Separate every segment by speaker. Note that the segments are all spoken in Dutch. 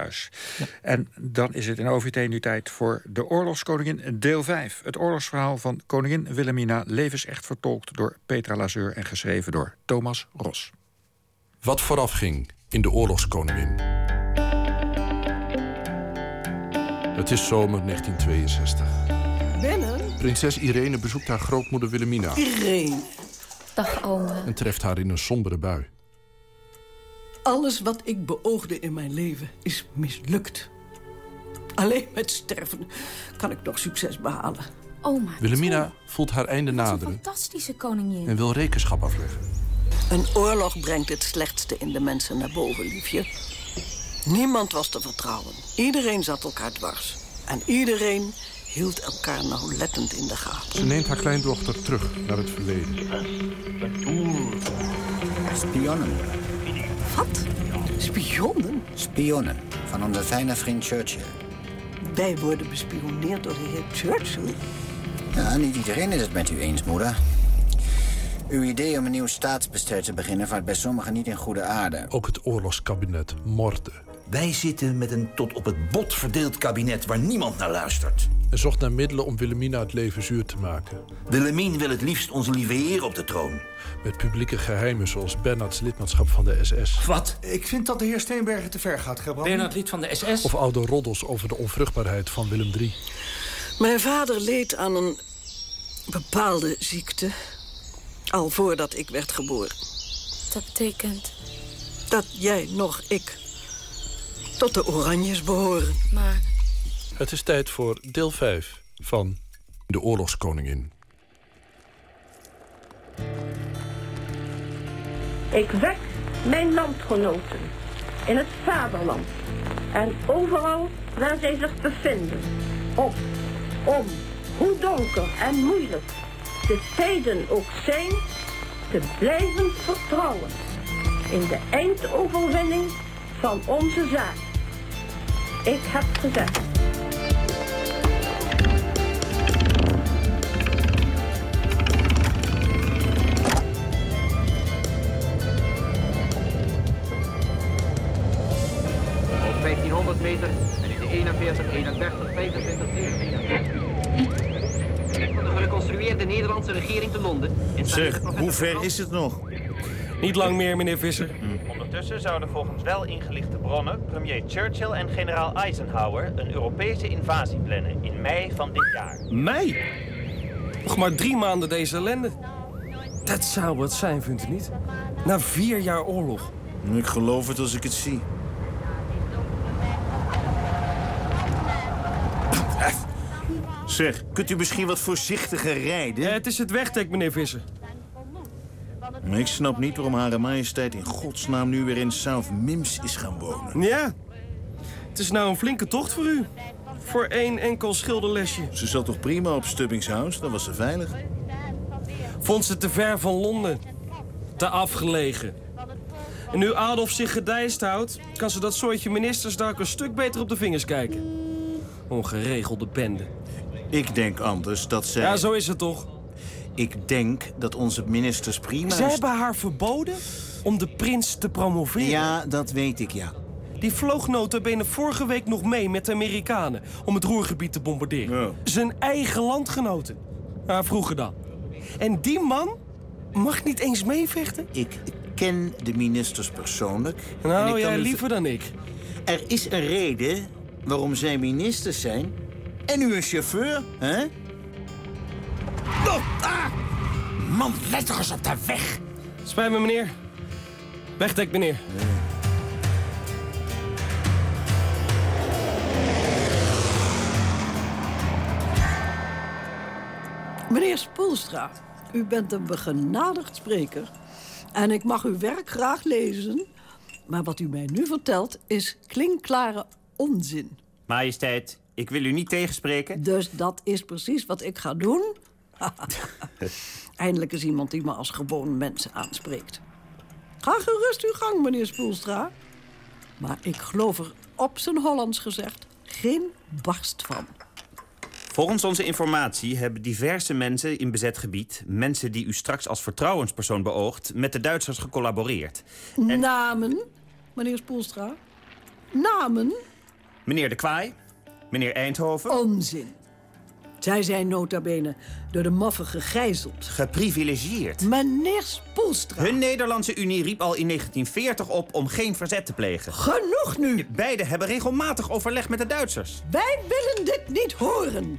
Speaker 1: Huis. En dan is het in OVT nu tijd voor De Oorlogskoningin, deel 5. Het oorlogsverhaal van koningin Wilhelmina, levensecht vertolkt door Petra Lazeur en geschreven door Thomas Ros.
Speaker 2: Wat vooraf ging in De Oorlogskoningin. Het is zomer 1962.
Speaker 3: Binnen?
Speaker 2: Prinses Irene bezoekt haar grootmoeder Wilhelmina
Speaker 3: Irene,
Speaker 4: Dag, oma.
Speaker 2: en treft haar in een sombere bui.
Speaker 3: alles wat ik beoogde in mijn leven is mislukt. Alleen met sterven kan ik nog succes behalen.
Speaker 4: Oma. Tom,
Speaker 2: Wilhelmina voelt haar einde
Speaker 4: wat een
Speaker 2: naderen
Speaker 4: fantastische koningin.
Speaker 2: en wil rekenschap afleggen.
Speaker 3: Een oorlog brengt het slechtste in de mensen naar boven, liefje. Niemand was te vertrouwen. Iedereen zat elkaar dwars. En iedereen hield elkaar nauwlettend in de gaten.
Speaker 2: Ze neemt haar kleindochter terug naar het verleden.
Speaker 5: Spionnen.
Speaker 3: Wat? Spionnen?
Speaker 5: Spionnen van onze fijne vriend Churchill.
Speaker 3: Wij worden bespioneerd door de heer Churchill.
Speaker 5: Ja, niet iedereen is het met u eens, moeder. Uw idee om een nieuw staatsbestel te beginnen vaart bij sommigen niet in goede aarde.
Speaker 2: Ook het oorlogskabinet morde
Speaker 6: Wij zitten met een tot op het bot verdeeld kabinet waar niemand naar luistert.
Speaker 2: en zocht naar middelen om Wilhelmina het leven zuur te maken.
Speaker 6: De Lemien wil het liefst onze lieve heer op de troon.
Speaker 2: Met publieke geheimen zoals Bernards lidmaatschap van de SS.
Speaker 7: Wat?
Speaker 8: Ik vind dat de heer Steenbergen te ver gaat, Gerbrand.
Speaker 7: Bernard Lid van de SS?
Speaker 2: Of oude roddels over de onvruchtbaarheid van Willem III.
Speaker 3: Mijn vader leed aan een bepaalde ziekte. Al voordat ik werd geboren.
Speaker 4: Dat betekent,
Speaker 3: Dat jij, nog ik, tot de Oranjes behoren.
Speaker 4: maar
Speaker 2: Het is tijd voor deel 5 van De Oorlogskoningin.
Speaker 9: Ik wek mijn landgenoten in het vaderland en overal waar zij zich bevinden. Op, om, hoe donker en moeilijk de tijden ook zijn, te blijven vertrouwen in de eindoverwinning van onze zaak. Ik heb gezegd.
Speaker 10: Op 1500 meter en in de 41, 31, 25, 44. Van de gereconstrueerde Nederlandse regering te Londen. in
Speaker 11: Zeg,
Speaker 10: samenwerking met
Speaker 11: hoe
Speaker 10: de
Speaker 11: ver
Speaker 10: Frans-
Speaker 11: is het nog?
Speaker 7: Niet lang meer, meneer Visser.
Speaker 12: Ondertussen zouden volgens wel ingelichte bronnen premier Churchill en generaal Eisenhower een Europese invasie plannen in mei van dit jaar.
Speaker 7: Mij? Nog maar drie maanden deze ellende. Dat zou het zijn, vindt u niet? Na vier jaar oorlog.
Speaker 11: Ik geloof het als ik het zie. Zeg, kunt u misschien wat voorzichtiger
Speaker 7: Ja,
Speaker 11: rijden?
Speaker 7: het is het wegdek, meneer Visser.
Speaker 11: Maar ik snap niet waarom Hare Majesteit in godsnaam nu weer in South Mims is gaan wonen.
Speaker 7: Ja. Het is nou een flinke tocht voor u. Voor één enkel schilderlesje.
Speaker 11: Ze zat toch prima op Stubbings House? Dan was ze veilig.
Speaker 7: Vond ze te ver van Londen. Te afgelegen. En nu Adolf zich gedijst houdt, kan ze dat soortje ministers daar ook een stuk beter op de vingers kijken. Ongeregelde bende.
Speaker 11: Ik denk anders dat zij...
Speaker 7: Ja, zo is het toch?
Speaker 11: Ik denk dat onze ministers prima...
Speaker 7: Ze hebben haar verboden om de prins te promoveren.
Speaker 11: Ja, dat weet ik, ja.
Speaker 7: Die vloog nota bene vorige week nog mee met de Amerikanen... om het Roergebied te bombarderen.
Speaker 11: Ja.
Speaker 7: Zijn eigen landgenoten. Ja, vroeger dan. En die man mag niet eens meevechten?
Speaker 11: Ik ken de ministers persoonlijk. En ik
Speaker 7: Nou
Speaker 11: kan
Speaker 7: ja,
Speaker 11: u-
Speaker 7: liever dan ik.
Speaker 11: Er is een reden waarom zij ministers zijn. En u een chauffeur, hè? Oh, ah! Man, let toch eens op de weg.
Speaker 7: Spijt me, meneer. Wegdek, meneer.
Speaker 3: Meneer Spoelstra, u bent een begenadigd spreker. En ik mag uw werk graag lezen. Maar wat u mij nu vertelt is klinkklare onzin.
Speaker 8: Majesteit, ik wil u niet tegenspreken.
Speaker 3: Dus dat is precies wat ik ga doen. Eindelijk is iemand die me als gewoon mens aanspreekt. Ga gerust uw gang, meneer Spoelstra. Maar ik geloof er op zijn Hollands gezegd geen barst van.
Speaker 8: Volgens onze informatie hebben diverse mensen in bezet gebied... mensen die u straks als vertrouwenspersoon beoogt... met de Duitsers gecollaboreerd.
Speaker 3: Namen, meneer Spoelstra? Namen?
Speaker 2: Meneer De Kwaai, meneer Eindhoven.
Speaker 3: Onzin. Zij zijn nota bene door de maffen gegijzeld.
Speaker 2: Geprivilegieerd.
Speaker 3: Meneer Spoelstra.
Speaker 2: Hun Nederlandse Unie riep al in 1940 op om geen verzet te plegen.
Speaker 3: Genoeg nu!
Speaker 2: Beiden hebben regelmatig overleg met de Duitsers.
Speaker 3: Wij willen dit niet horen.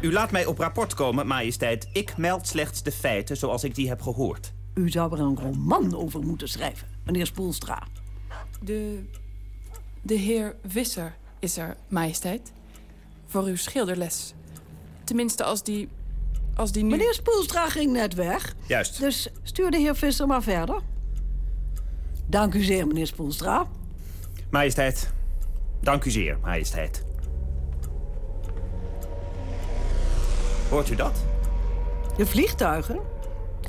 Speaker 2: U laat mij op rapport komen, majesteit. Ik meld slechts de feiten zoals ik die heb gehoord.
Speaker 3: U zou er een roman over moeten schrijven, meneer Spoelstra.
Speaker 13: De, de heer Visser is er, majesteit. Voor uw schilderles. Tenminste, als die... Als die nu...
Speaker 3: Meneer Spoelstra ging net weg.
Speaker 2: Juist.
Speaker 3: Dus stuur de heer Visser maar verder. Dank u zeer, meneer Spoelstra.
Speaker 2: Majesteit, dank u zeer, majesteit. Hoort u dat?
Speaker 3: De vliegtuigen?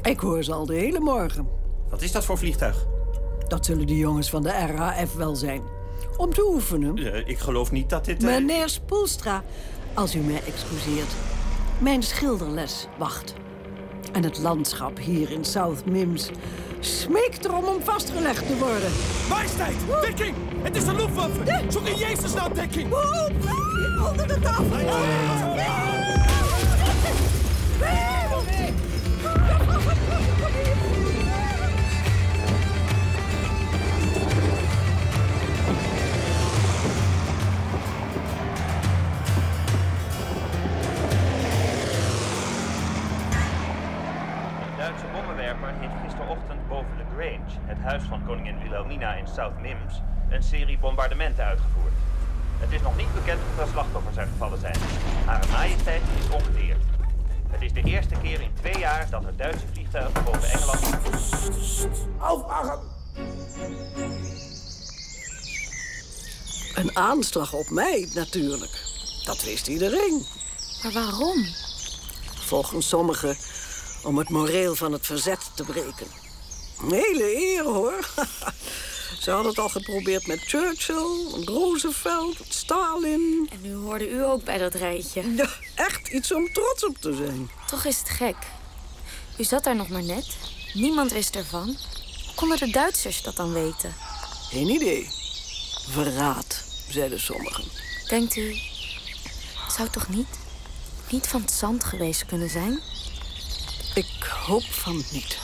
Speaker 3: Ik hoor ze al de hele morgen.
Speaker 2: Wat is dat voor vliegtuig?
Speaker 3: Dat zullen de jongens van de RAF wel zijn. Om te oefenen.
Speaker 2: Eh, ik geloof niet dat dit... eh,
Speaker 3: Meneer Spoelstra, als u mij excuseert. Mijn schilderles wacht. En het landschap hier in South Mims smeekt erom om vastgelegd te worden.
Speaker 14: Majesteit, dekking! Het is de Luftwaffe! Zoek in Jezus naam dekking!
Speaker 3: Onder de tafel!
Speaker 8: Een Duitse bommenwerper heeft gisterochtend boven de Grange, het huis van koningin Wilhelmina in South Mims, een serie bombardementen uitgevoerd. Het is nog niet bekend of er slachtoffers zijn gevallen zijn. Haar majesteit is ongedeerd. Het is de eerste keer in twee jaar dat er Duitse vliegtuigen boven Engeland...
Speaker 14: Aufmachen!
Speaker 3: Een aanslag op mij, natuurlijk. Dat wist iedereen.
Speaker 4: Maar waarom?
Speaker 3: Volgens sommigen om het moreel van het verzet te breken. Een hele eer, hoor. Ze hadden het al geprobeerd met Churchill, Roosevelt, Stalin.
Speaker 4: En nu hoorde u ook bij dat rijtje.
Speaker 3: Ja, echt iets om trots op te zijn.
Speaker 4: Toch is het gek. U zat daar nog maar net. Niemand wist ervan. Hoe konden de Duitsers dat dan weten?
Speaker 3: Geen idee. Verraad, zeiden sommigen.
Speaker 4: Denkt u, het zou toch niet, niet van het zand geweest kunnen zijn?
Speaker 3: Ik hoop van niet.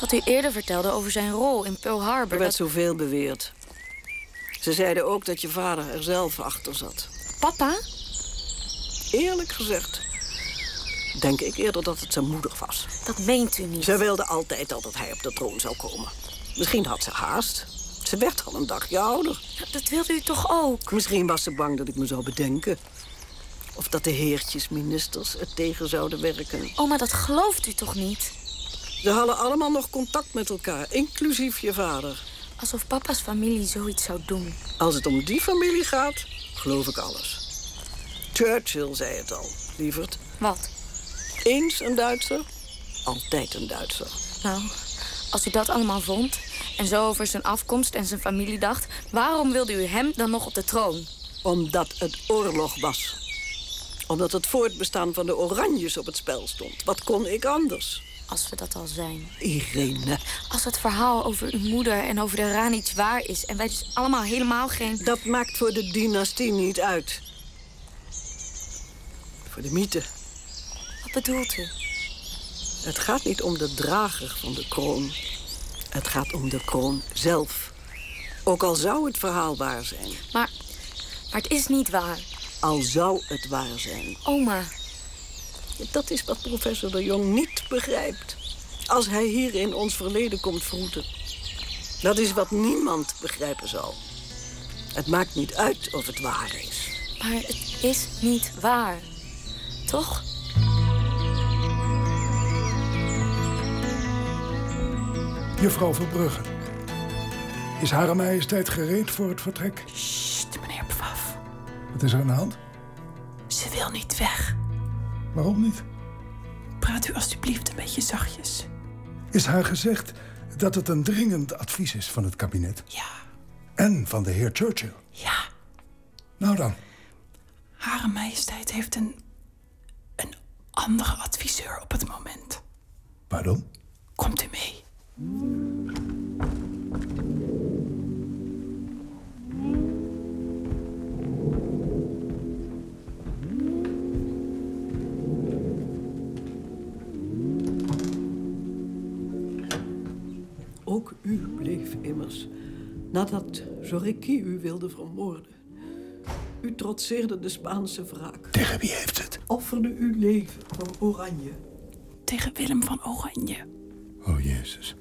Speaker 4: Wat u eerder vertelde over zijn rol in Pearl Harbor...
Speaker 3: Er werd
Speaker 4: dat
Speaker 3: zoveel beweerd. Ze zeiden ook dat je vader er zelf achter zat.
Speaker 4: papa...
Speaker 3: Eerlijk gezegd denk ik eerder dat het zijn moeder was.
Speaker 4: Dat meent u niet.
Speaker 3: Ze wilde altijd al dat hij op de troon zou komen. Misschien had ze haast. Ze werd al een dagje ouder.
Speaker 4: Dat wilde u toch ook?
Speaker 3: Misschien was ze bang dat ik me zou bedenken. Of dat de heertjes ministers het tegen zouden werken.
Speaker 4: Oma, dat gelooft u toch niet?
Speaker 3: Ze hadden allemaal nog contact met elkaar, inclusief je vader.
Speaker 4: Alsof papa's familie zoiets zou doen.
Speaker 3: Als het om die familie gaat, geloof ik alles. Churchill zei het al, lieverd.
Speaker 4: Wat?
Speaker 3: Eens een Duitser, altijd een Duitser.
Speaker 4: Nou, als u dat allemaal vond en zo over zijn afkomst en zijn familie dacht... waarom wilde u hem dan nog op de troon?
Speaker 3: Omdat het oorlog was. Omdat het voortbestaan van de Oranjes op het spel stond. Wat kon ik anders?
Speaker 4: Als we dat al zijn.
Speaker 3: Irene.
Speaker 4: Als het verhaal over uw moeder en over de Ranić waar is... en wij dus allemaal helemaal geen...
Speaker 3: Dat maakt voor de dynastie niet uit. Voor de mythe.
Speaker 4: Wat bedoelt u?
Speaker 3: Het gaat niet om de drager van de kroon. Het gaat om de kroon zelf. Ook al zou het verhaal waar zijn.
Speaker 4: Maar, maar het is niet waar.
Speaker 3: Al zou het waar zijn.
Speaker 4: Oma,
Speaker 3: Dat is wat professor de Jong niet begrijpt. Als hij hier in ons verleden komt vroeten. Dat is wat niemand begrijpen zal. Het maakt niet uit of het waar is.
Speaker 4: maar het is niet waar. Toch?
Speaker 15: Juffrouw Verbrugge. Is Hare Majesteit gereed voor het vertrek?
Speaker 16: Sst, meneer Pfaff.
Speaker 15: Wat is er aan de hand?
Speaker 16: Ze wil niet weg.
Speaker 15: Waarom niet?
Speaker 16: Praat u alstublieft een beetje zachtjes.
Speaker 15: Is haar gezegd dat het een dringend advies is van het kabinet? Ja. En van de heer Churchill?
Speaker 16: Ja,
Speaker 15: Nou dan.
Speaker 16: Hare Majesteit heeft een. een andere adviseur op het moment.
Speaker 15: Pardon?
Speaker 16: Komt u mee?
Speaker 3: dreef immers nadat Zoriki u wilde vermoorden. U trotseerde de Spaanse wraak.
Speaker 15: Tegen wie heeft het?
Speaker 3: Offerde uw leven van Oranje.
Speaker 17: Tegen Willem van Oranje.
Speaker 15: Oh, Jezus.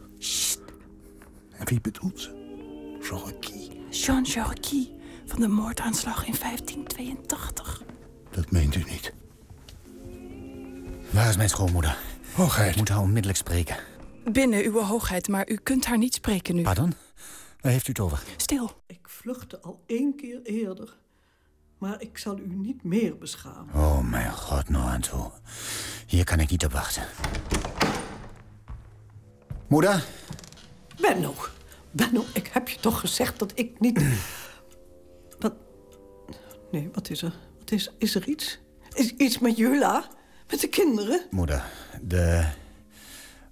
Speaker 15: En wie bedoelt ze? Jorki.
Speaker 17: Jean Jorqui van de moordaanslag in 1582.
Speaker 15: Dat meent u niet.
Speaker 5: Waar is mijn schoonmoeder?
Speaker 15: Hoogheid.
Speaker 5: Ik moet haar onmiddellijk spreken.
Speaker 13: Binnen, uw hoogheid, maar u kunt haar niet spreken nu.
Speaker 5: Pardon? Waar heeft u het over?
Speaker 13: Stil.
Speaker 3: Ik vluchtte al één keer eerder. Maar ik zal u niet meer beschamen.
Speaker 5: Oh, mijn god, nou aan toe. Hier kan ik niet op wachten. Moeder?
Speaker 3: Benno, Benno, ik heb je toch gezegd dat ik niet... wat... Nee, wat is er? Wat is, is er iets? Is iets met Jula? Met de kinderen?
Speaker 5: Moeder, de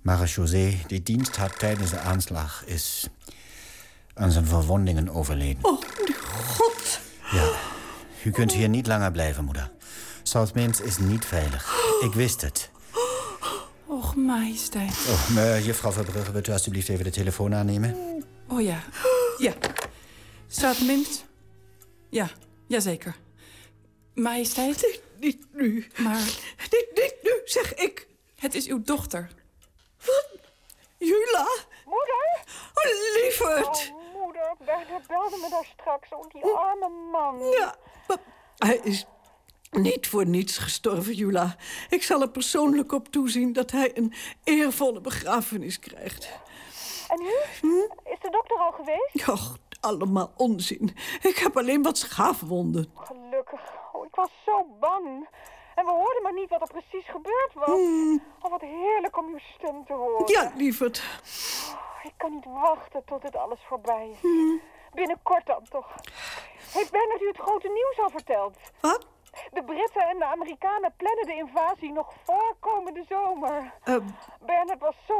Speaker 5: marechaussee die dienst had tijdens de aanslag is aan zijn verwondingen overleden.
Speaker 3: Oh, de god.
Speaker 5: Ja, u kunt hier niet langer blijven, moeder. Southmins is niet veilig. Ik wist het.
Speaker 13: Och, majesteit.
Speaker 5: Oh, eh, juffrouw Verbrugge, wilt u alsjeblieft even de telefoon aannemen?
Speaker 13: Oh ja. Ja. Staat Mimt? Ja, jazeker. Majesteit? Niet,
Speaker 3: nu.
Speaker 13: Maar...
Speaker 3: Niet, niet nu, zeg ik.
Speaker 13: Het is uw dochter.
Speaker 3: Jula?
Speaker 18: Moeder?
Speaker 3: Oh, lieverd. Oh.
Speaker 18: Oh, moeder, Bertha belde me daar straks om die arme man.
Speaker 3: Ja, maar hij is niet voor niets gestorven, Jula. Ik zal er persoonlijk op toezien dat hij een eervolle begrafenis krijgt. Hm?
Speaker 18: En nu? Is de dokter al geweest?
Speaker 3: Och, allemaal onzin. Ik heb alleen wat schaafwonden.
Speaker 18: Gelukkig. Oh, ik was zo bang. En we hoorden maar niet wat er precies gebeurd was. Oh, wat heerlijk om uw stem te horen.
Speaker 3: Hmm. Ja, lieverd.
Speaker 18: Oh, ik kan niet wachten tot dit alles voorbij is. Binnenkort dan toch. Heeft Bernard u het grote nieuws al verteld?
Speaker 3: Wat?
Speaker 18: De Britten en de Amerikanen plannen de invasie nog voor komende zomer.
Speaker 3: Ehm,
Speaker 18: Bernard was zo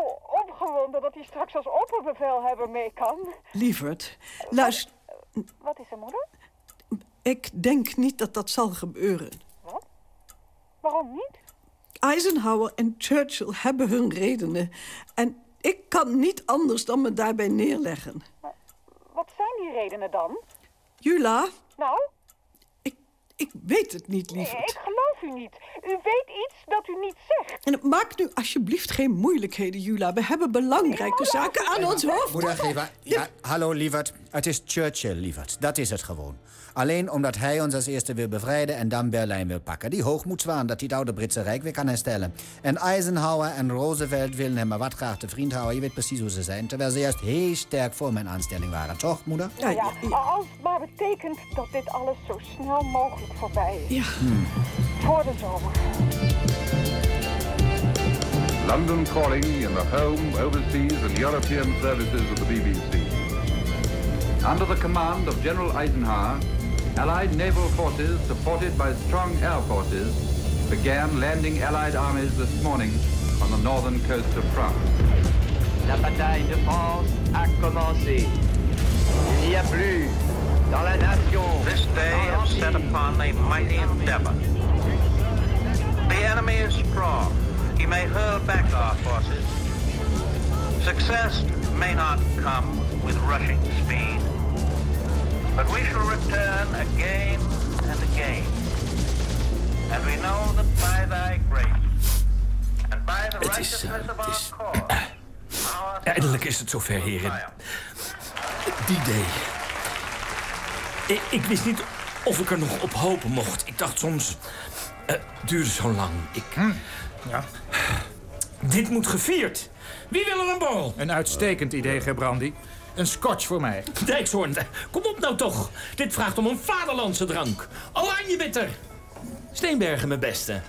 Speaker 18: opgewonden dat hij straks als opperbevelhebber mee kan.
Speaker 3: lieverd, luister.
Speaker 18: Wat is er, moeder?
Speaker 3: Ik denk niet dat dat zal gebeuren.
Speaker 18: Waarom niet?
Speaker 3: Eisenhower en Churchill hebben hun redenen. En ik kan niet anders dan me daarbij neerleggen.
Speaker 18: Wat zijn die redenen dan?
Speaker 3: Jula,
Speaker 18: Nou,
Speaker 3: ik weet het niet,
Speaker 18: ik
Speaker 3: lieverd.
Speaker 18: geloof u niet. U weet iets dat u niet zegt.
Speaker 3: En maak nu alsjeblieft geen moeilijkheden, Jula. We hebben belangrijke zaken aan ons hoofd.
Speaker 5: Moeder, lieverd. Ja, hallo, lieverd. Het is Churchill, lieverd. Dat is het gewoon. Alleen omdat hij ons als eerste wil bevrijden en dan Berlijn wil pakken. Die hoogmoedswaan dat hij het oude Britse Rijk weer kan herstellen. En Eisenhower en Roosevelt willen hem maar wat graag te vriend houden. Je weet precies hoe ze zijn. Terwijl ze juist heel sterk voor mijn aanstelling waren, toch, moeder?
Speaker 18: Nou ja, als het maar betekent dat dit alles zo snel mogelijk voorbij is.
Speaker 5: Hmm.
Speaker 18: Voor de zomer.
Speaker 10: London calling in the home, overseas, and European services of the BBC. Under the command of General Eisenhower, Allied naval forces, supported by strong air forces, began landing Allied armies this morning on the northern coast of France.
Speaker 19: La bataille de France a commencé. Il n'y a plus dans la nation. This day have set upon a mighty endeavor. The enemy is strong. He may hurl back our forces. Success may not come with rushing speed, but we shall return again and again. And we know that by thy grace and by the
Speaker 20: Het is, eh,
Speaker 19: righteousness of
Speaker 20: het
Speaker 19: our
Speaker 20: is-
Speaker 19: cause.
Speaker 20: Eindelijk is het zover, heren. Die day. Ik, ik wist niet of ik er nog op hopen mocht. Ik dacht soms, eh, het duurde zo lang. Ik,
Speaker 1: Hm,
Speaker 20: ja. Dit moet gevierd. Wie wil er een borrel?
Speaker 1: Een uitstekend idee, Gebrandi. Een scotch voor mij.
Speaker 20: Dijkshoorn, kom op nou toch. Dit vraagt om een vaderlandse drank. Oranjebitter. Steenbergen, mijn beste.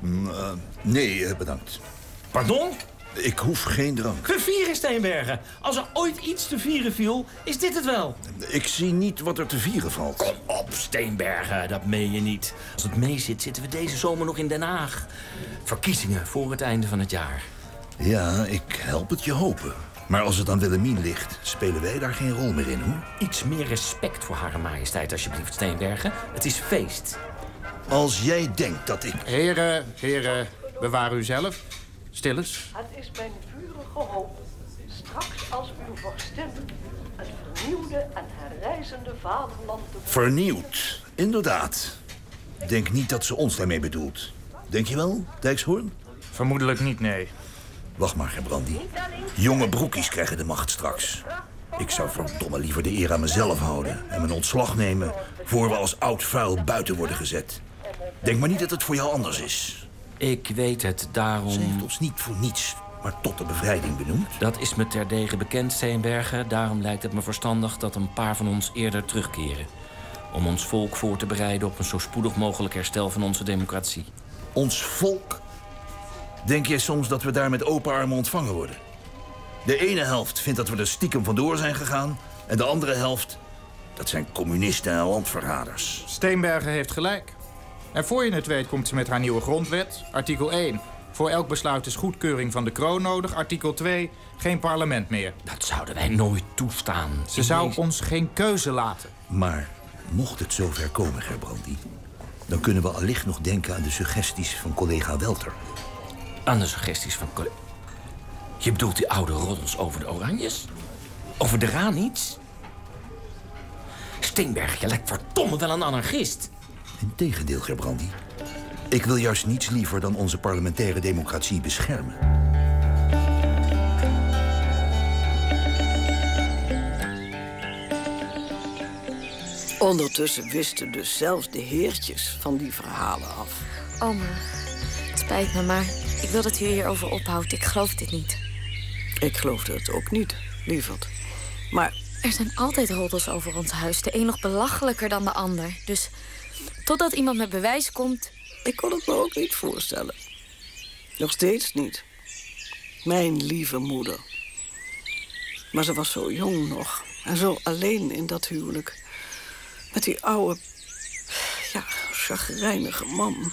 Speaker 6: Mm, eh, nee, eh, bedankt.
Speaker 20: Pardon?
Speaker 6: Ik hoef geen drank.
Speaker 20: We vieren Steenbergen. Als er ooit iets te vieren viel, is dit het wel.
Speaker 6: Ik zie niet wat er te vieren valt.
Speaker 20: Kom op, Steenbergen, dat meen je niet. Als het mee zit, zitten we deze zomer nog in Den Haag. Verkiezingen voor het einde van het jaar.
Speaker 6: Ja, ik help het je hopen. Maar als het aan Willemien ligt, spelen wij daar geen rol meer in, hoor.
Speaker 20: Iets meer respect voor Hare Majesteit, alsjeblieft, Steenbergen. Het is feest.
Speaker 6: Als jij denkt dat ik...
Speaker 1: Heren, heren, bewaar u zelf. Stilles.
Speaker 3: Het is mijn vurige hoop straks
Speaker 21: als uw vorstin het vernieuwde en herrijzende vaderland te
Speaker 6: Vernieuwd, inderdaad. Denk niet dat ze ons daarmee bedoelt. Denk je wel, Dijkshoorn?
Speaker 1: Vermoedelijk niet, nee.
Speaker 6: Wacht maar, Gebrandi. Jonge broekies krijgen de macht straks. Ik zou verdomme liever de eer aan mezelf houden en mijn ontslag nemen voor we als oud vuil buiten worden gezet. Denk maar niet dat het voor jou anders is.
Speaker 20: Ik weet het, daarom...
Speaker 6: Ze heeft ons niet voor niets, maar tot de bevrijding benoemd.
Speaker 20: Dat is me terdege bekend, Steenbergen. Daarom lijkt het me verstandig dat een paar van ons eerder terugkeren. Om ons volk voor te bereiden op een zo spoedig mogelijk herstel van onze democratie.
Speaker 6: Ons volk? Denk jij soms dat we daar met open armen ontvangen worden? De ene helft vindt dat we er stiekem vandoor zijn gegaan... en de andere helft, dat zijn communisten en landverraders.
Speaker 1: Steenbergen heeft gelijk. En voor je het weet komt ze met haar nieuwe grondwet, artikel 1. Voor elk besluit is goedkeuring van de kroon nodig, artikel 2. Geen parlement meer.
Speaker 20: Dat zouden wij nooit toestaan.
Speaker 1: Ze zou ons geen keuze laten.
Speaker 6: Maar mocht het zover komen, Gerbrandy... dan kunnen we allicht nog denken aan de suggesties van collega Welter.
Speaker 20: Aan de suggesties van collega... Je bedoelt die oude roddels over de Oranjes? Over de Raniets? Steenberg, je lijkt verdomme wel een anarchist.
Speaker 6: Integendeel, Gerbrandy. Ik wil juist niets liever dan onze parlementaire democratie beschermen.
Speaker 3: Ondertussen wisten dus zelfs de heertjes van die verhalen af.
Speaker 4: Oma, het spijt me, maar ik wil dat u hierover ophoudt. Ik geloof dit niet.
Speaker 3: Ik geloofde het ook niet, lieverd. Maar
Speaker 4: Er zijn altijd roddels over ons huis. De een nog belachelijker dan de ander. Dus totdat iemand met bewijs komt...
Speaker 3: Ik kon het me ook niet voorstellen. nog steeds niet. Mijn lieve moeder. Maar ze was zo jong nog. En zo alleen in dat huwelijk. Met die oude, ja, chagrijnige man.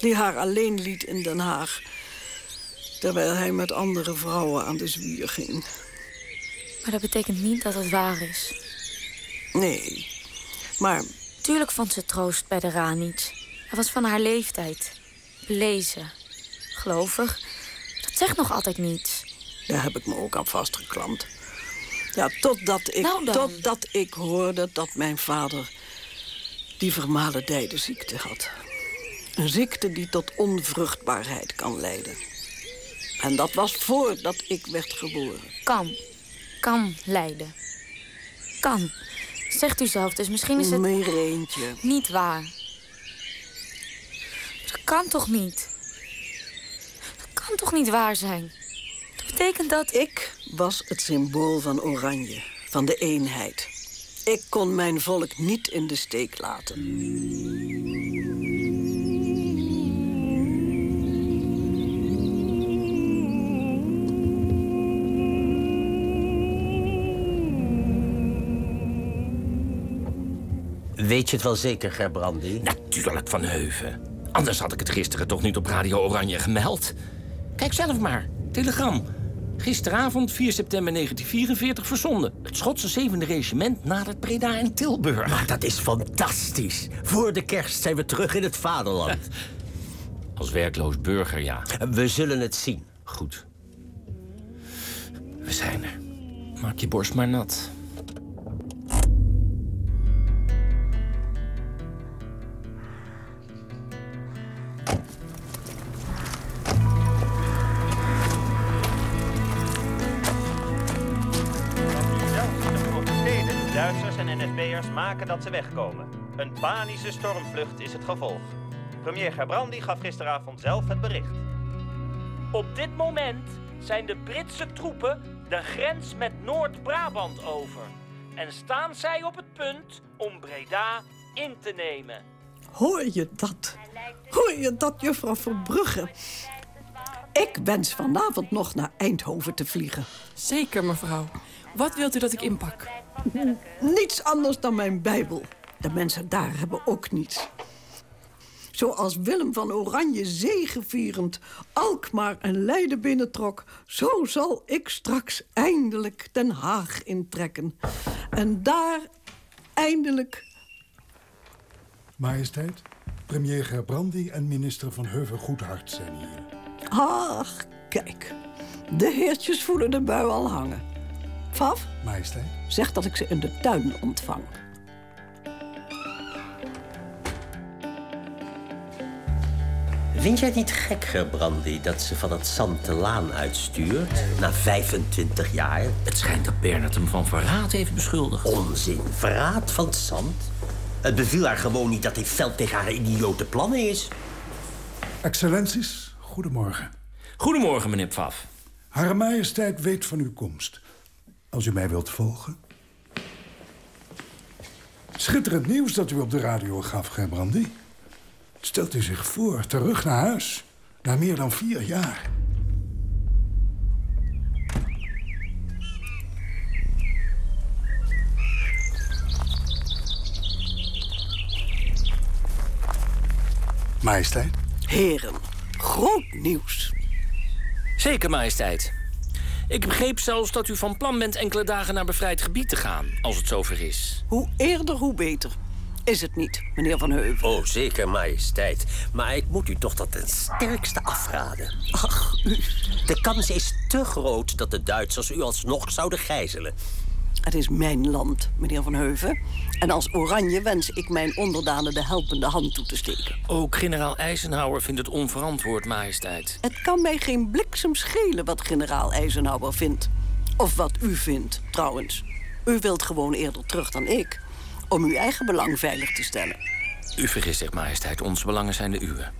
Speaker 3: Die haar alleen liet in Den Haag. Terwijl hij met andere vrouwen aan de zwier ging.
Speaker 4: Maar dat betekent niet dat het waar is.
Speaker 3: Nee, maar...
Speaker 4: Tuurlijk vond ze troost bij de Raniets. Hij was van haar leeftijd. Belezen. Gelovig. Dat zegt nog altijd niets.
Speaker 3: Daar heb ik me ook aan vastgeklampt. Ja, totdat ik,
Speaker 4: Nou dan.
Speaker 3: totdat ik hoorde dat mijn vader die vermalendijde ziekte had. Een ziekte die tot onvruchtbaarheid kan leiden. En dat was voordat ik werd geboren.
Speaker 4: Kan. Kan leiden. Kan. Zegt u zelf, dus misschien is het...
Speaker 3: Meereentje.
Speaker 4: Niet waar. Dat kan toch niet? Dat kan toch niet waar zijn? Dat betekent dat...
Speaker 3: Ik was het symbool van oranje, van de eenheid. Ik kon mijn volk niet in de steek laten.
Speaker 22: Weet je het wel zeker, Gerbrandi?
Speaker 20: Natuurlijk van Heuven. Anders had ik het gisteren toch niet op Radio Oranje gemeld. Kijk zelf maar. Telegram. Gisteravond 4 september 1944 verzonden. Het Schotse 7e regiment nadert Breda en Tilburg.
Speaker 22: Maar dat is fantastisch. Voor de kerst zijn we terug in het vaderland.
Speaker 20: Als werkloos burger, ja.
Speaker 22: We zullen het zien.
Speaker 20: Goed. We zijn er. Maak je borst maar nat.
Speaker 8: Zelfs de protesteren, Duitsers en NSB'ers maken dat ze wegkomen. Een panische stormvlucht is het gevolg. Premier Gerbrandy gaf gisteravond zelf het bericht.
Speaker 23: Op dit moment zijn de Britse troepen de grens met Noord-Brabant over. En staan zij op het punt om Breda in te nemen.
Speaker 3: Hoor je dat? Hoor je dat, juffrouw Verbrugge? Ik wens vanavond nog naar Eindhoven te vliegen.
Speaker 13: Zeker, mevrouw. Wat wilt u dat ik inpak?
Speaker 3: Niets anders dan mijn Bijbel. De mensen daar hebben ook niets. Zoals Willem van Oranje zegevierend Alkmaar en Leiden binnentrok... zo zal ik straks eindelijk Den Haag intrekken. En daar eindelijk...
Speaker 15: Majesteit, premier Gerbrandi en minister van Heuvel Goedhart zijn hier.
Speaker 3: Ach, kijk. De heertjes voelen de bui al hangen. Faf,
Speaker 15: Majesteit.
Speaker 3: zeg dat ik ze in de tuin ontvang.
Speaker 24: Vind jij het niet gek, Gerbrandy, dat ze van het zand de laan uitstuurt? Na 25 jaar? Het schijnt dat Bernard hem van verraad heeft beschuldigd. Onzin. Verraad van het zand? Het beviel haar gewoon niet dat hij fel tegen haar idiote plannen is.
Speaker 15: Excellenties, goedemorgen.
Speaker 20: Goedemorgen, meneer Pfaff.
Speaker 15: Hare Majesteit weet van uw komst. Als u mij wilt volgen. Schitterend nieuws dat u op de radio gaf, Gerbrandy. Stelt u zich voor, terug naar huis. Na meer dan vier jaar. Majesteit.
Speaker 3: Heren, groot nieuws.
Speaker 20: Zeker, majesteit. Ik begreep zelfs dat u van plan bent enkele dagen naar bevrijd gebied te gaan, als het zover is.
Speaker 3: Hoe eerder, hoe beter. Is het niet, meneer Van Heuvel?
Speaker 22: Oh, zeker, majesteit.
Speaker 24: Maar ik moet u toch dat ten sterkste afraden. Ach, u. De kans is te groot dat de Duitsers u alsnog zouden gijzelen.
Speaker 3: Het is mijn land, meneer Van Heuven. En als oranje wens ik mijn onderdanen de helpende hand toe te steken.
Speaker 20: Ook generaal Eisenhower vindt het onverantwoord, majesteit.
Speaker 3: Het kan mij geen bliksem schelen wat generaal Eisenhower vindt. Of wat u vindt, trouwens. U wilt gewoon eerder terug dan ik. Om uw eigen belang veilig te stellen.
Speaker 20: U vergist zich, majesteit. Onze belangen zijn de uwe.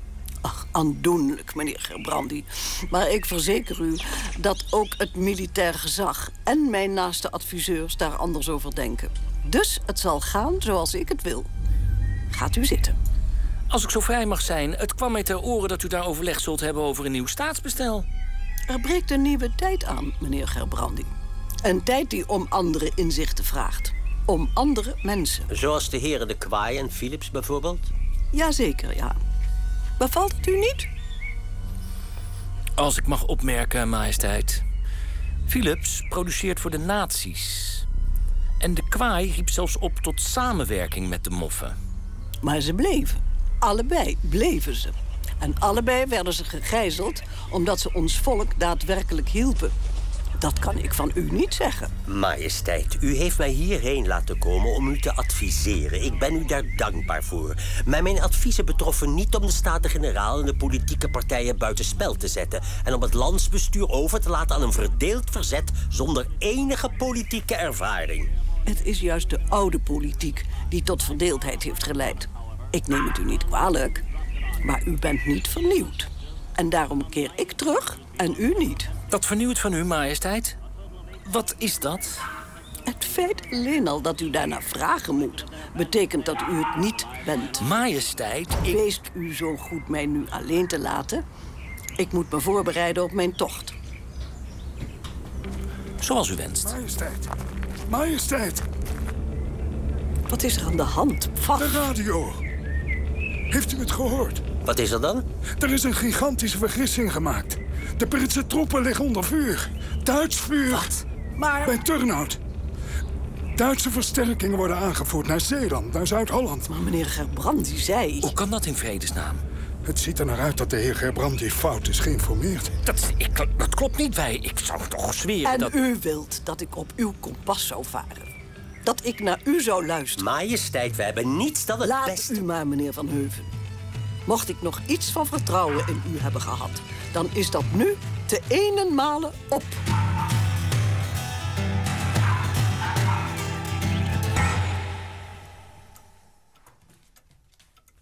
Speaker 3: Aandoenlijk, meneer Gerbrandy. Maar ik verzeker u dat ook het militair gezag... en mijn naaste adviseurs daar anders over denken. Dus het zal gaan zoals ik het wil. Gaat u zitten.
Speaker 20: Als ik zo vrij mag zijn, het kwam mij ter oren dat u daar overleg zult hebben over een nieuw staatsbestel.
Speaker 3: Er breekt een nieuwe tijd aan, meneer Gerbrandy. Een tijd die om andere inzichten vraagt. Om andere mensen.
Speaker 24: Zoals de heren de Kwaai en Philips bijvoorbeeld.
Speaker 3: Jazeker, ja. Bevalt het u niet?
Speaker 20: Als ik mag opmerken, majesteit. Philips produceert voor de naties. En de kwaai riep zelfs op tot samenwerking met de moffen.
Speaker 3: Maar ze bleven. Allebei bleven ze. En allebei werden ze gegijzeld omdat ze ons volk daadwerkelijk hielpen. Dat kan ik van u niet zeggen.
Speaker 24: Majesteit, u heeft mij hierheen laten komen om u te adviseren. Ik ben u daar dankbaar voor. Maar mijn adviezen betroffen niet om de Staten-Generaal en de politieke partijen buitenspel te zetten. En om het landsbestuur over te laten aan een verdeeld verzet zonder enige politieke ervaring.
Speaker 3: Het is juist de oude politiek die tot verdeeldheid heeft geleid. Ik neem het u niet kwalijk, maar u bent niet vernieuwd. En daarom keer ik terug en u niet.
Speaker 20: Dat vernieuwt van u, majesteit? Wat is dat?
Speaker 3: Het feit alleen al dat u daarna vragen moet, betekent dat u het niet bent.
Speaker 20: Majesteit,
Speaker 3: ik... Wees u zo goed mij nu alleen te laten. Ik moet me voorbereiden op mijn tocht.
Speaker 20: Zoals u wenst.
Speaker 15: Majesteit. Majesteit.
Speaker 3: Wat is er aan de hand?
Speaker 15: De radio. Heeft u het gehoord?
Speaker 24: Wat is er dan?
Speaker 15: Er is een gigantische vergissing gemaakt. De Britse troepen liggen onder vuur. Duits vuur. Wat?
Speaker 3: Maar...
Speaker 15: Bij Turnhout. Duitse versterkingen worden aangevoerd naar Zeeland, naar Zuid-Holland. Maar
Speaker 3: meneer Gerbrandy zei...
Speaker 20: Hoe kan dat in vredesnaam?
Speaker 15: Het ziet er naar uit dat de heer Gerbrandy fout is geïnformeerd.
Speaker 20: Dat, ik, dat klopt niet, wij. Ik zou toch zweren
Speaker 3: en
Speaker 20: dat...
Speaker 3: u wilt dat ik op uw kompas zou varen. Dat ik naar u zou luisteren.
Speaker 24: Majesteit, we hebben niets dan het
Speaker 3: Laat
Speaker 24: beste.
Speaker 3: u maar, meneer Van Heuven. Mocht ik nog iets van vertrouwen in u hebben gehad... dan is dat nu te enenmale op.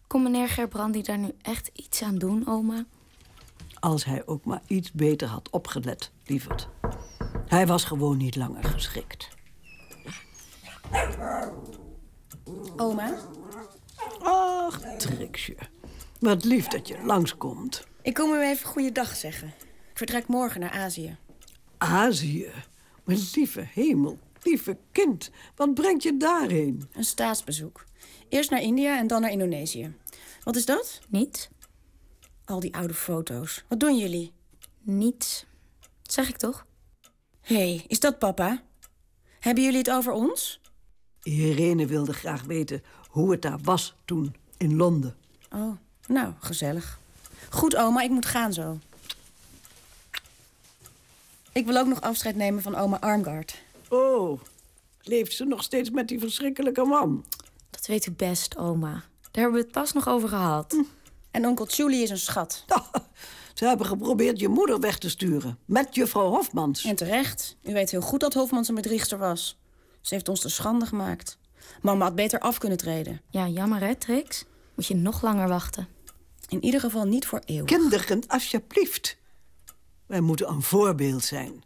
Speaker 4: Kon meneer Gerbrandi daar nu echt iets aan doen, oma?
Speaker 3: Als hij ook maar iets beter had opgelet, lieverd. Hij was gewoon niet langer geschikt.
Speaker 25: Oma,
Speaker 3: Ach, Trixje. Wat lief dat je langskomt.
Speaker 25: ik kom u even goeiedag zeggen. Ik vertrek morgen naar Azië.
Speaker 3: Azië. Mijn lieve hemel, lieve kind. Wat brengt je daarheen?
Speaker 25: Een staatsbezoek. Eerst naar India en dan naar Indonesië. Wat is dat?
Speaker 4: Niets.
Speaker 25: Al die oude foto's. Wat doen jullie?
Speaker 4: Niets. Dat zeg ik toch?
Speaker 25: Hé, hey, is dat papa? Hebben jullie het over ons?
Speaker 3: Irene wilde graag weten hoe het daar was toen in Londen.
Speaker 25: Oh, nou, gezellig. Goed, oma, ik moet gaan zo. Ik wil ook nog afscheid nemen van oma Armgard.
Speaker 3: Oh, leeft ze nog steeds met die verschrikkelijke man?
Speaker 4: Dat weet u best, oma. Daar hebben we het pas nog over gehad.
Speaker 25: Hm. En onkel Julie is een schat.
Speaker 3: Nou, Ze hebben geprobeerd je moeder weg te sturen. Met juffrouw Hofmans.
Speaker 25: En terecht. U weet heel goed dat Hofmans een bedriegster was. Ze heeft ons te schande gemaakt. Mama had beter af kunnen treden.
Speaker 4: Ja, jammer hè, Trix? Moet je nog langer wachten.
Speaker 25: In ieder geval niet voor eeuwig.
Speaker 3: Kinderen, alsjeblieft. Wij moeten een voorbeeld zijn.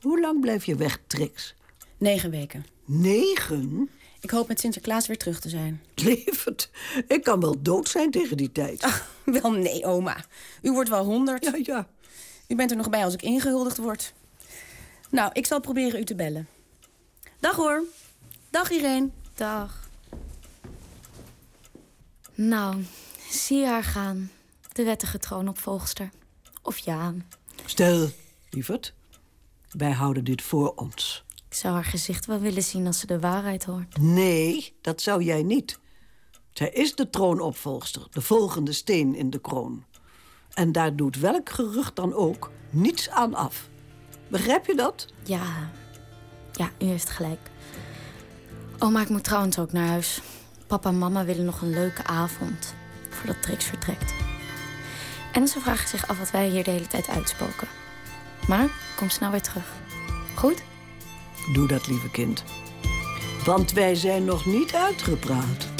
Speaker 3: Hoe lang blijf je weg, Trix?
Speaker 25: Negen weken.
Speaker 3: Negen?
Speaker 25: Ik hoop met Sinterklaas weer terug te zijn.
Speaker 3: Levert. Ik kan wel dood zijn tegen die tijd.
Speaker 25: Wel nee, oma. U wordt wel honderd. Ja,
Speaker 3: ja.
Speaker 25: U bent er nog bij als ik ingehuldigd word. Nou, ik zal proberen u te bellen. Dag hoor. Dag Irene.
Speaker 4: Dag. Nou, zie haar gaan. De wettige troonopvolgster. Of ja,
Speaker 3: Stel, lieverd. Wij houden dit voor ons.
Speaker 4: ik zou haar gezicht wel willen zien als ze de waarheid hoort.
Speaker 3: Nee, dat zou jij niet. Zij is de troonopvolgster, de volgende steen in de kroon. En daar doet welk gerucht dan ook niets aan af. Begrijp je dat?
Speaker 4: Ja, ja, u heeft gelijk. Oma, ik moet trouwens ook naar huis. Papa en mama willen nog een leuke avond voordat Trix vertrekt. En ze vragen zich af wat wij hier de hele tijd uitspoken. Maar kom snel weer terug. Goed?
Speaker 3: Doe dat, lieve kind. Want wij zijn nog niet uitgepraat.